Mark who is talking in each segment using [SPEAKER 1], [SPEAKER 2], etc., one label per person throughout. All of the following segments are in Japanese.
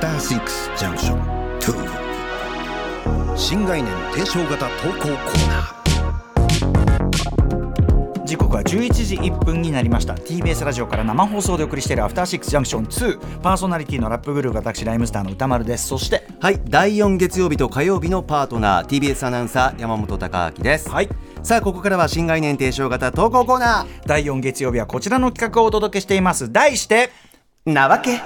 [SPEAKER 1] ターシックスジャンクション2新概念提唱型投稿コーナー
[SPEAKER 2] 時刻は11時1分になりました TBS ラジオから生放送でお送りしている「アフターシックスジャンクション2」パーソナリティのラップグループ私ライムスターの歌丸ですそして
[SPEAKER 3] はい第4月曜日と火曜日のパートナー TBS アナウンサー山本貴明です、
[SPEAKER 2] はい
[SPEAKER 3] さあここからは新概念提唱型投稿コーナ
[SPEAKER 2] 第4月曜日はこちらの企画をお届けしています題して
[SPEAKER 3] ーなわけ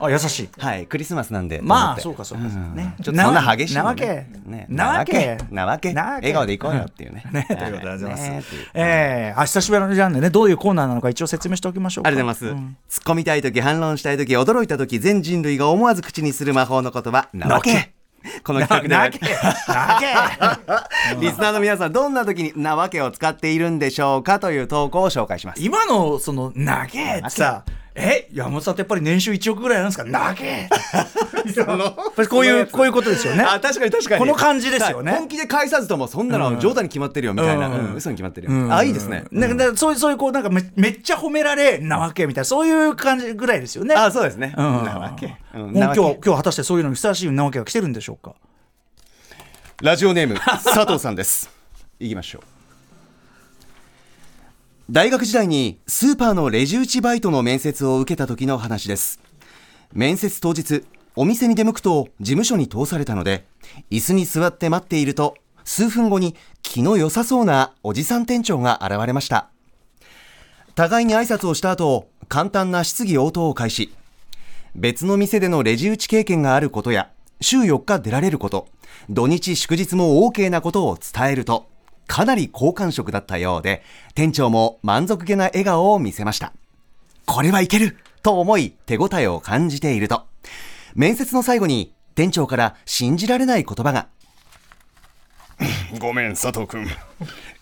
[SPEAKER 2] あ優しい
[SPEAKER 3] はいクリスマスなんで
[SPEAKER 2] まあ
[SPEAKER 3] と
[SPEAKER 2] そう
[SPEAKER 3] 思
[SPEAKER 2] か
[SPEAKER 3] って
[SPEAKER 2] そうかそうかね
[SPEAKER 3] ちょっとそんな激しい
[SPEAKER 2] な
[SPEAKER 3] の
[SPEAKER 2] わ
[SPEAKER 3] ね
[SPEAKER 2] け
[SPEAKER 3] ね
[SPEAKER 2] なわけ
[SPEAKER 3] なわけ
[SPEAKER 2] なわけ
[SPEAKER 3] 笑顔でいこうよっていうね
[SPEAKER 2] ねということでございます
[SPEAKER 3] ねっていう
[SPEAKER 2] えーあ久しぶりなんでねどういうコーナーなのか一応説明しておきましょうか
[SPEAKER 3] ありがとうございます、突っ込みたい時反論したい時驚いた時全人類が思わず口にする魔法の言葉なわ
[SPEAKER 2] なわ
[SPEAKER 3] け
[SPEAKER 2] け
[SPEAKER 3] この企画で
[SPEAKER 2] な
[SPEAKER 3] は
[SPEAKER 2] わけなわけ
[SPEAKER 3] リスナーの皆さんどんな時になわけを使っているんでしょうかという投稿を紹介します
[SPEAKER 2] 今のその「なげ」ってさえ山本さんってやっぱり年収1億ぐらいなんですか「なげ」 こういうこういうことですよね
[SPEAKER 3] あ確かに確かに
[SPEAKER 2] この感じですよね
[SPEAKER 3] はい本気で返さずともそんなの冗談に決まってるよみたいな、うん嘘に決まってるよ、あいいですね、
[SPEAKER 2] なんかだからそういうそういうこうなんかめめっちゃ褒められなわけみたいなそういう感じぐらいですよね。
[SPEAKER 3] あそうですね、
[SPEAKER 2] うん
[SPEAKER 3] なわけ、う
[SPEAKER 2] もうん
[SPEAKER 3] な
[SPEAKER 2] 今日
[SPEAKER 3] わけ
[SPEAKER 2] は今日は果たしてそういうのにふさわしいなわけが来てるんでしょうか。
[SPEAKER 3] ラジオネーム佐藤さんですいきましょう大学時代にスーパーのレジ打ちバイトの面接を受けた時の話です面接当日お店に出向くと事務所に通されたので椅子に座って待っていると数分後に気の良さそうなおじさん店長が現れました互いに挨拶をした後簡単な質疑応答を開始別の店でのレジ打ち経験があることや、週4日出られること、土日祝日も OK なことを伝えると、かなり好感触だったようで、店長も満足げな笑顔を見せました。これはいけると思い手応えを感じていると、面接の最後に店長から信じられない言葉が、
[SPEAKER 4] ごめん佐藤君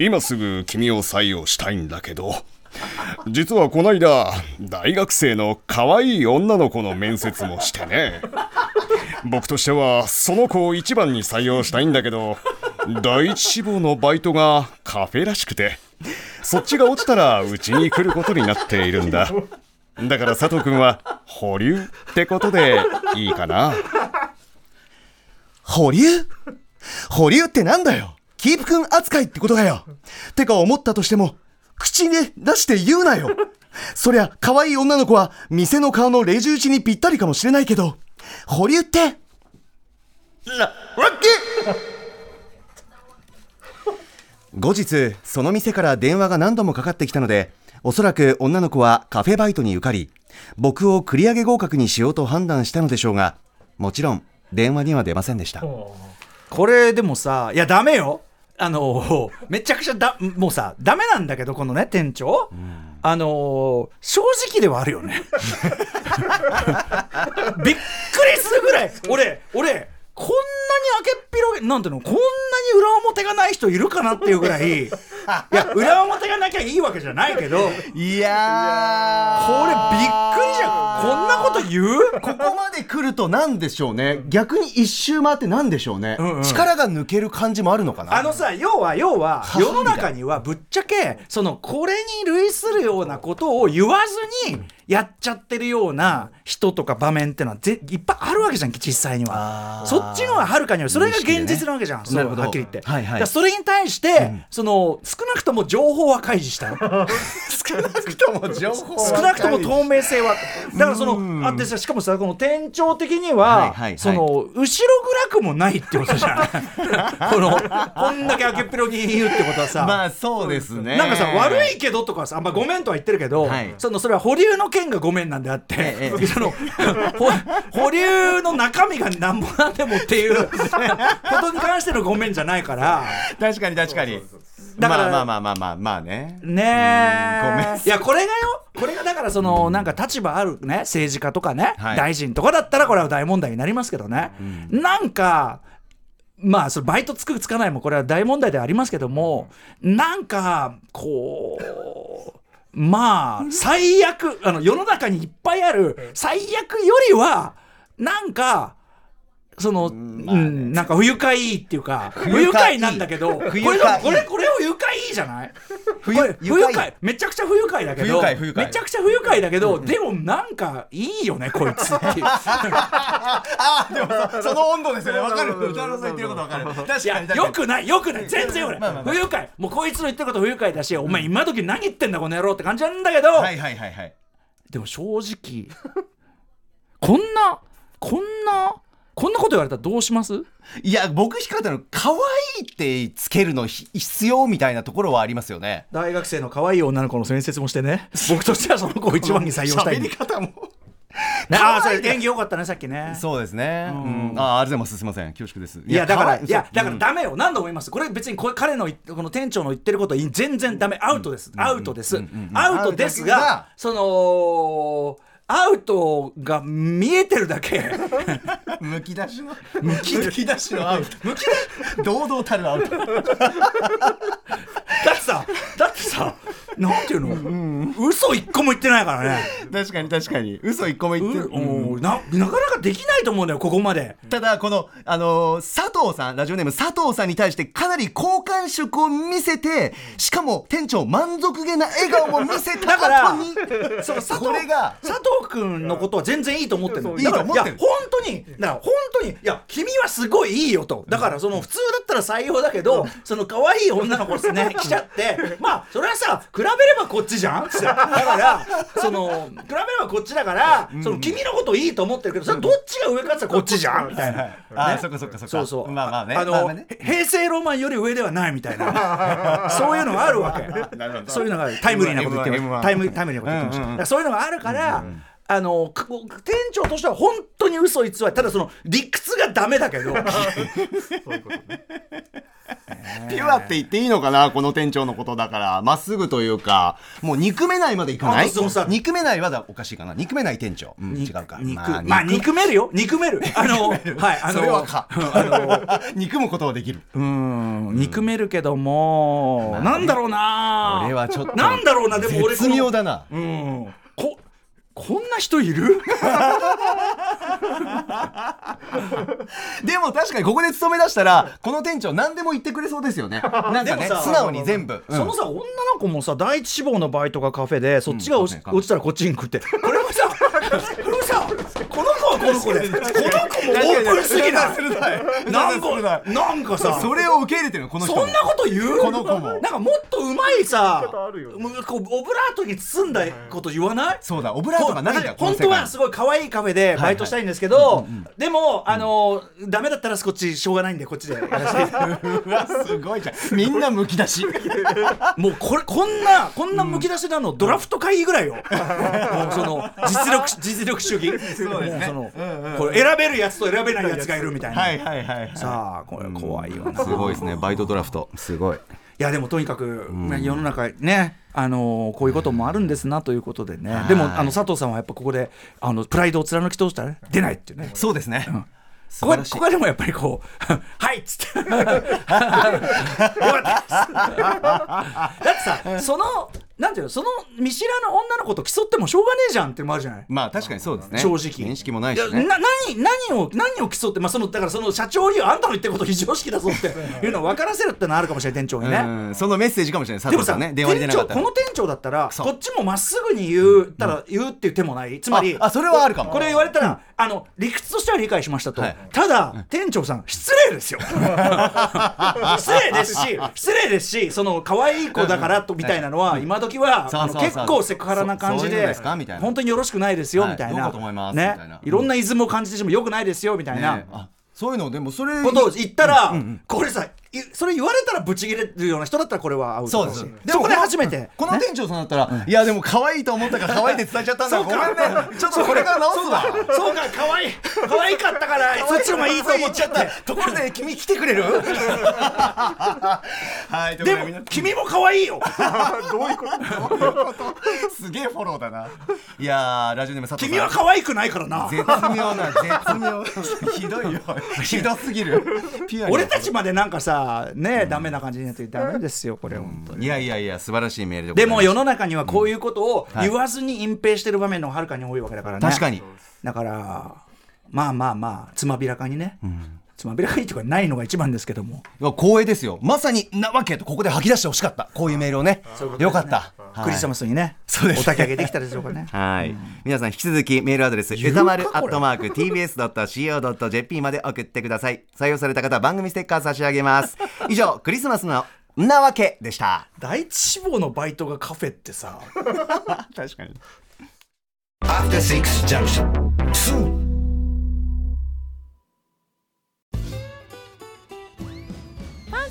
[SPEAKER 4] 今すぐ君を採用したいんだけど実はこの間大学生の可愛い女の子の面接もしてね僕としてはその子を一番に採用したいんだけど第一志望のバイトがカフェらしくてそっちが落ちたらうちに来ることになっているんだだから佐藤君は保留ってことでいいかな
[SPEAKER 3] 保留保留ってなんだよキープくん扱いってことだよてか思ったとしても、口に出して言うなよそりゃ、可愛い女の子は、店の顔のレジ打ちにぴったりかもしれないけど、保留って、な、わけ後日、その店から電話が何度もかかってきたので、おそらく女の子はカフェバイトに受かり、僕を繰り上げ合格にしようと判断したのでしょうが、もちろん、電話には出ませんでした。
[SPEAKER 2] これでもさいやダメよあのめちゃくちゃだもうさダメなんだけどこのね店長、あの正直ではあるよねびっくりするぐらい俺俺こんなに開けっぴろげなんていうのこんなに裏表がない人いるかなっていうぐらいいや裏表がなきゃいいわけじゃないけどこれびっくり
[SPEAKER 3] いやー
[SPEAKER 2] じゃんこんなこと言う
[SPEAKER 3] ここまで来るとなんでしょうね逆に一周回ってなんでしょうね、
[SPEAKER 2] んうん
[SPEAKER 3] 力が抜ける感じもあるのかな
[SPEAKER 2] あのさ要は要は
[SPEAKER 3] みた
[SPEAKER 2] 世
[SPEAKER 3] い
[SPEAKER 2] の中にはぶっちゃけそのこれに類するようなことを言わずにやっちゃってるような人とか場面ってのはぜいっぱいあるわけじゃん実際には
[SPEAKER 3] あー
[SPEAKER 2] そっちのははるかにあるそれが現
[SPEAKER 3] 無意
[SPEAKER 2] 実
[SPEAKER 3] 識でね
[SPEAKER 2] なわけじゃん、
[SPEAKER 3] な
[SPEAKER 2] そ
[SPEAKER 3] る
[SPEAKER 2] う
[SPEAKER 3] ほど
[SPEAKER 2] はっきり言って、
[SPEAKER 3] はいはい
[SPEAKER 2] だからそれに対して、その少なくとも情報は開示した よ少なくとも
[SPEAKER 3] 情報
[SPEAKER 2] 少なくとも透明性はだからそのあってさしかもさこの店長的には、
[SPEAKER 3] はいはいはい
[SPEAKER 2] その後ろ暗くもないってことじゃん このこんだけ明けっぴろに言うってことはさ、
[SPEAKER 3] まあそうですね
[SPEAKER 2] なんかさ悪
[SPEAKER 3] い
[SPEAKER 2] いけどとかさ、まあ、ごめんとは言ってるけど、
[SPEAKER 3] はい
[SPEAKER 2] そのそれは保留の件がごめんなんであって、
[SPEAKER 3] え え
[SPEAKER 2] そのほ保留の中身がなんぼなんでもっていう ことに関してのごめんじゃないから。
[SPEAKER 3] 確かに確かに
[SPEAKER 2] だから
[SPEAKER 3] まあまあまあまあまあまあね
[SPEAKER 2] ね
[SPEAKER 3] うんごめん
[SPEAKER 2] え
[SPEAKER 3] なさ
[SPEAKER 2] いやこれがよこれがだからそのなんか立場あるね政治家とかね、
[SPEAKER 3] はい
[SPEAKER 2] 大臣とかだったらこれは大問題になりますけどね、なんかまあそれバイトつくつかないもこれは大問題ではありますけどもなんかこう。まあ最悪あの世の中にいっぱいある最悪よりはなんかその、うん、なんか不愉快っていうか、不愉快なんだけど、こ
[SPEAKER 3] 不
[SPEAKER 2] れ
[SPEAKER 3] 愉快
[SPEAKER 2] これ、これ不愉快じゃないこ
[SPEAKER 3] 愉
[SPEAKER 2] れ不愉
[SPEAKER 3] 愉
[SPEAKER 2] 快
[SPEAKER 3] 快、
[SPEAKER 2] めちゃくちゃ不愉快だけ
[SPEAKER 3] 不
[SPEAKER 2] ど、
[SPEAKER 3] 愉快不愉快
[SPEAKER 2] めちゃくちゃ不愉快だけど、でもなんかいいよね、こいつ っていう。
[SPEAKER 3] ああでもそその温度ですよねわかる歌丸さん言ってることわかる確かに
[SPEAKER 2] いや
[SPEAKER 3] 確かに
[SPEAKER 2] よくないよくない全然俺、
[SPEAKER 3] まあまあまあ
[SPEAKER 2] 不愉快もうこいつの言ってること不愉快だし、お前今時何言ってんだこの野郎って感じなんだけど、
[SPEAKER 3] はいはいはいはい
[SPEAKER 2] でも正直こんなこんなこんなこと言われたらどうします
[SPEAKER 3] いや僕惹かれたの可愛いってつけるのひ必要みたいなところはありますよね
[SPEAKER 2] 大学生の可愛い女の子の面接もしてね僕としてはその子を一番に採用した いん
[SPEAKER 3] 喋
[SPEAKER 2] で
[SPEAKER 3] り方 も
[SPEAKER 2] ねああそれ演技良かったねさっきね
[SPEAKER 3] そうですね、うん、ああありがとうございますすいません恐縮です
[SPEAKER 2] いやだから
[SPEAKER 3] 可愛
[SPEAKER 2] いやだから
[SPEAKER 3] うん
[SPEAKER 2] ダメよ何度も言いますこれ別にこれ彼の言ってこの店長の言ってることい全然ダメアウトですアウトですアウトです
[SPEAKER 3] アウトだけ
[SPEAKER 2] が
[SPEAKER 3] が
[SPEAKER 2] そのアウトが見えてるだけ
[SPEAKER 3] むき出しのむき出しのアウ トむき出堂々たるアウト
[SPEAKER 2] だってさだってさなんていうの嘘一個も言ってないからね
[SPEAKER 3] 確かに確かに嘘一個も言ってる、
[SPEAKER 2] ううんななかなかできないと思うんだよここまで
[SPEAKER 3] ただこの、あのー佐藤さんラジオネーム佐藤さんに対してかなり好感触を見せてしかも店長満足げな笑顔も見せた
[SPEAKER 2] だから
[SPEAKER 3] 後 に
[SPEAKER 2] そう佐藤
[SPEAKER 3] これが
[SPEAKER 2] 佐藤君のことは全然いいと思ってるの
[SPEAKER 3] いいと思ってる
[SPEAKER 2] だからいや本当にだから本当にいや君はすごいいいよとだからその普通だったら採用だけどその可愛い女の子です ね来ちゃってまあそれはさ比べればこっちじゃんつってだからその比べればこっちだからその君のこといいと思ってるけどそれどっちが上かって言ったらこっちじゃんみたいな。
[SPEAKER 3] あーそっかそっかそっか
[SPEAKER 2] そうそう。
[SPEAKER 3] まあまあね
[SPEAKER 2] の、
[SPEAKER 3] まあまあね
[SPEAKER 2] へ平成ロマンより上ではないみたいな。 そういうのがあるわ け。そういうのがあるタイムリーなこと言ってまし
[SPEAKER 3] M1
[SPEAKER 2] た。タイムタイムリーなこと言ってました。だからそういうのがあるから。あのく店長としては本当に嘘偽りただその理屈がダメだけ ど
[SPEAKER 3] ピュアって言っていいのかなこの店長のことだからまっすぐというかもう憎めないまでいかな
[SPEAKER 2] あ
[SPEAKER 3] い
[SPEAKER 2] そうそう
[SPEAKER 3] 憎めないはだおかしいかな憎めない店長、うん違うか
[SPEAKER 2] 肉
[SPEAKER 3] まあ
[SPEAKER 2] まあ憎めるよ憎めるあのはいあの
[SPEAKER 3] それはか
[SPEAKER 2] あ
[SPEAKER 3] 憎むことはできる
[SPEAKER 2] のうん憎めるけども、なんだろうな
[SPEAKER 3] 俺はちょっと
[SPEAKER 2] なんだろうなでも俺こ
[SPEAKER 3] 絶
[SPEAKER 2] の
[SPEAKER 3] 妙だな
[SPEAKER 2] うんここんな人いる
[SPEAKER 3] でも確かにここで勤め出したらこの店長何でも言ってくれそうですよねなんかね
[SPEAKER 2] でもさ
[SPEAKER 3] 素直に全部、
[SPEAKER 2] そのさ女の子もさ第一志望のバイトがカフェでそっちが落ち,、
[SPEAKER 3] カフェ
[SPEAKER 2] 落ちたらこっちに食ってこれも さこれもさこの子はこの子でこの子もオープンすぎないなんかなんかさ
[SPEAKER 3] それを受け入れてるのこの人
[SPEAKER 2] そんなこと言う
[SPEAKER 3] この子も
[SPEAKER 2] なんかもっとうまいさもうこうオブラートに包んだこと言わない
[SPEAKER 3] そうだオブラートがないんだよ
[SPEAKER 2] ほん本当はすごい可愛いカフェでバイトしたいんですけど、でも、あのダメだったらこっちしょうがないんでこっちでやらせて
[SPEAKER 3] うわすごいじゃんみんなむき出し
[SPEAKER 2] もうこれこんなこんなむき出しなの、ドラフト会議ぐらい よもうその実力実力主義
[SPEAKER 3] うですね
[SPEAKER 2] もうそのこれ選べるやつと選べないやつがいるみたいな、
[SPEAKER 3] はいはいはい、はい、
[SPEAKER 2] さあこれ怖いよな、
[SPEAKER 3] す
[SPEAKER 2] い
[SPEAKER 3] ごいですねバイトドラフトすごい
[SPEAKER 2] やでもとにかく、ね世の中ねあのこういうこともあるんですなということでね、でもあの佐藤さんはやっぱここであのプライドを貫き通したら、ね、出ないっていうね
[SPEAKER 3] そうですね、素
[SPEAKER 2] ここは
[SPEAKER 3] 晴らしい
[SPEAKER 2] ここはでもやっぱりこう 「はい」っつってよかったですだってさそのなんていうのその見知らぬ女の子と競ってもしょうがねえじゃんっていうのもあるじゃない
[SPEAKER 3] まあ確かにそうですね
[SPEAKER 2] 正直
[SPEAKER 3] 面識もないし
[SPEAKER 2] いや
[SPEAKER 3] ね
[SPEAKER 2] な何何を何を競って、まあ、そのだからその社長にあんたの言ってること非常識だぞっていうのを分からせるってのはあるかもしれない店長にね、
[SPEAKER 3] うんそのメッセージかもしれない佐
[SPEAKER 2] でも
[SPEAKER 3] 藤
[SPEAKER 2] さ、
[SPEAKER 3] さんね電話に出
[SPEAKER 2] 店
[SPEAKER 3] なか
[SPEAKER 2] 長
[SPEAKER 3] った
[SPEAKER 2] こ
[SPEAKER 3] ら
[SPEAKER 2] の店長だったら
[SPEAKER 3] そう
[SPEAKER 2] こっちもまっすぐに言うたら言うっていう手もないつまり
[SPEAKER 3] ああそれはあるかも
[SPEAKER 2] これ言われたら、あの理屈としては理解しましたと、
[SPEAKER 3] はい
[SPEAKER 2] ただ店長さん失礼 ですよ失礼ですし失礼ですしその可愛い子だからとみたいなのは今時は
[SPEAKER 3] そう
[SPEAKER 2] あ
[SPEAKER 3] そ
[SPEAKER 2] の
[SPEAKER 3] うそう
[SPEAKER 2] 結構セクハラな感じ
[SPEAKER 3] そうそういうの
[SPEAKER 2] で
[SPEAKER 3] ですかみたいな
[SPEAKER 2] 本当によろしくないですよ
[SPEAKER 3] はい
[SPEAKER 2] みたい
[SPEAKER 3] どう
[SPEAKER 2] な
[SPEAKER 3] かと思いますみたい
[SPEAKER 2] ね
[SPEAKER 3] な
[SPEAKER 2] ろんなイズムを感じてしまうよくないですよみたいな。
[SPEAKER 3] ねあそういうのでもそれ
[SPEAKER 2] ことを言ったら、これさいそれ言われたらブチギレるような人だったらこれはアウ
[SPEAKER 3] そ
[SPEAKER 2] ト
[SPEAKER 3] う
[SPEAKER 2] だ
[SPEAKER 3] で
[SPEAKER 2] し
[SPEAKER 3] す
[SPEAKER 2] そこで初めて、
[SPEAKER 3] この店長さんだったら、いやでも可愛いと思ったから可愛いって伝えちゃったんだごめんねちょっとこれから直すわ
[SPEAKER 2] そうか、可愛い、可愛か ったから、そっちの方がいいと思っちゃって。
[SPEAKER 3] ところで君来てくれるはい
[SPEAKER 2] でも、君も可愛いよ。
[SPEAKER 3] すげえフォローだないやーラジオネーム佐藤さん
[SPEAKER 2] 君は可愛くないからな。
[SPEAKER 3] 絶妙な絶妙ひどいよひどすぎるピュア に
[SPEAKER 2] 俺たちまでなんかさ、ね、ダメな感じになってダメですよ、これ本当に。
[SPEAKER 3] いやいやいや素晴らしいメールでござ
[SPEAKER 2] で
[SPEAKER 3] いま
[SPEAKER 2] も
[SPEAKER 3] す
[SPEAKER 2] 世の中にはこういうことを
[SPEAKER 3] い
[SPEAKER 2] 言わずに隠蔽してる場面の方がはるかに多いわけだからね。
[SPEAKER 3] 確かに
[SPEAKER 2] だから、まあまあまあつまびらかにね、つまびらかにとかないのが一番ですけども
[SPEAKER 5] いや光栄ですよまさになわけとここで吐き出してほしかったこういうメールをねよかった、はい
[SPEAKER 2] クリスマスにね、
[SPEAKER 5] そうですね
[SPEAKER 2] お焚き上げできたでしょうか ね
[SPEAKER 3] はい、皆さん引き続きメールアドレス
[SPEAKER 2] 言う
[SPEAKER 3] 歌
[SPEAKER 2] か
[SPEAKER 3] 丸ア
[SPEAKER 2] こ
[SPEAKER 3] ッ
[SPEAKER 2] れ
[SPEAKER 3] トマーク TBS.CO.jp まで送ってください採用された方は番組ステッカー差し上げます以上クリスマスのんなわけでした
[SPEAKER 2] 第一志望のバイトがカフェってさ
[SPEAKER 3] 確かに
[SPEAKER 1] After Six Junction 2
[SPEAKER 6] パン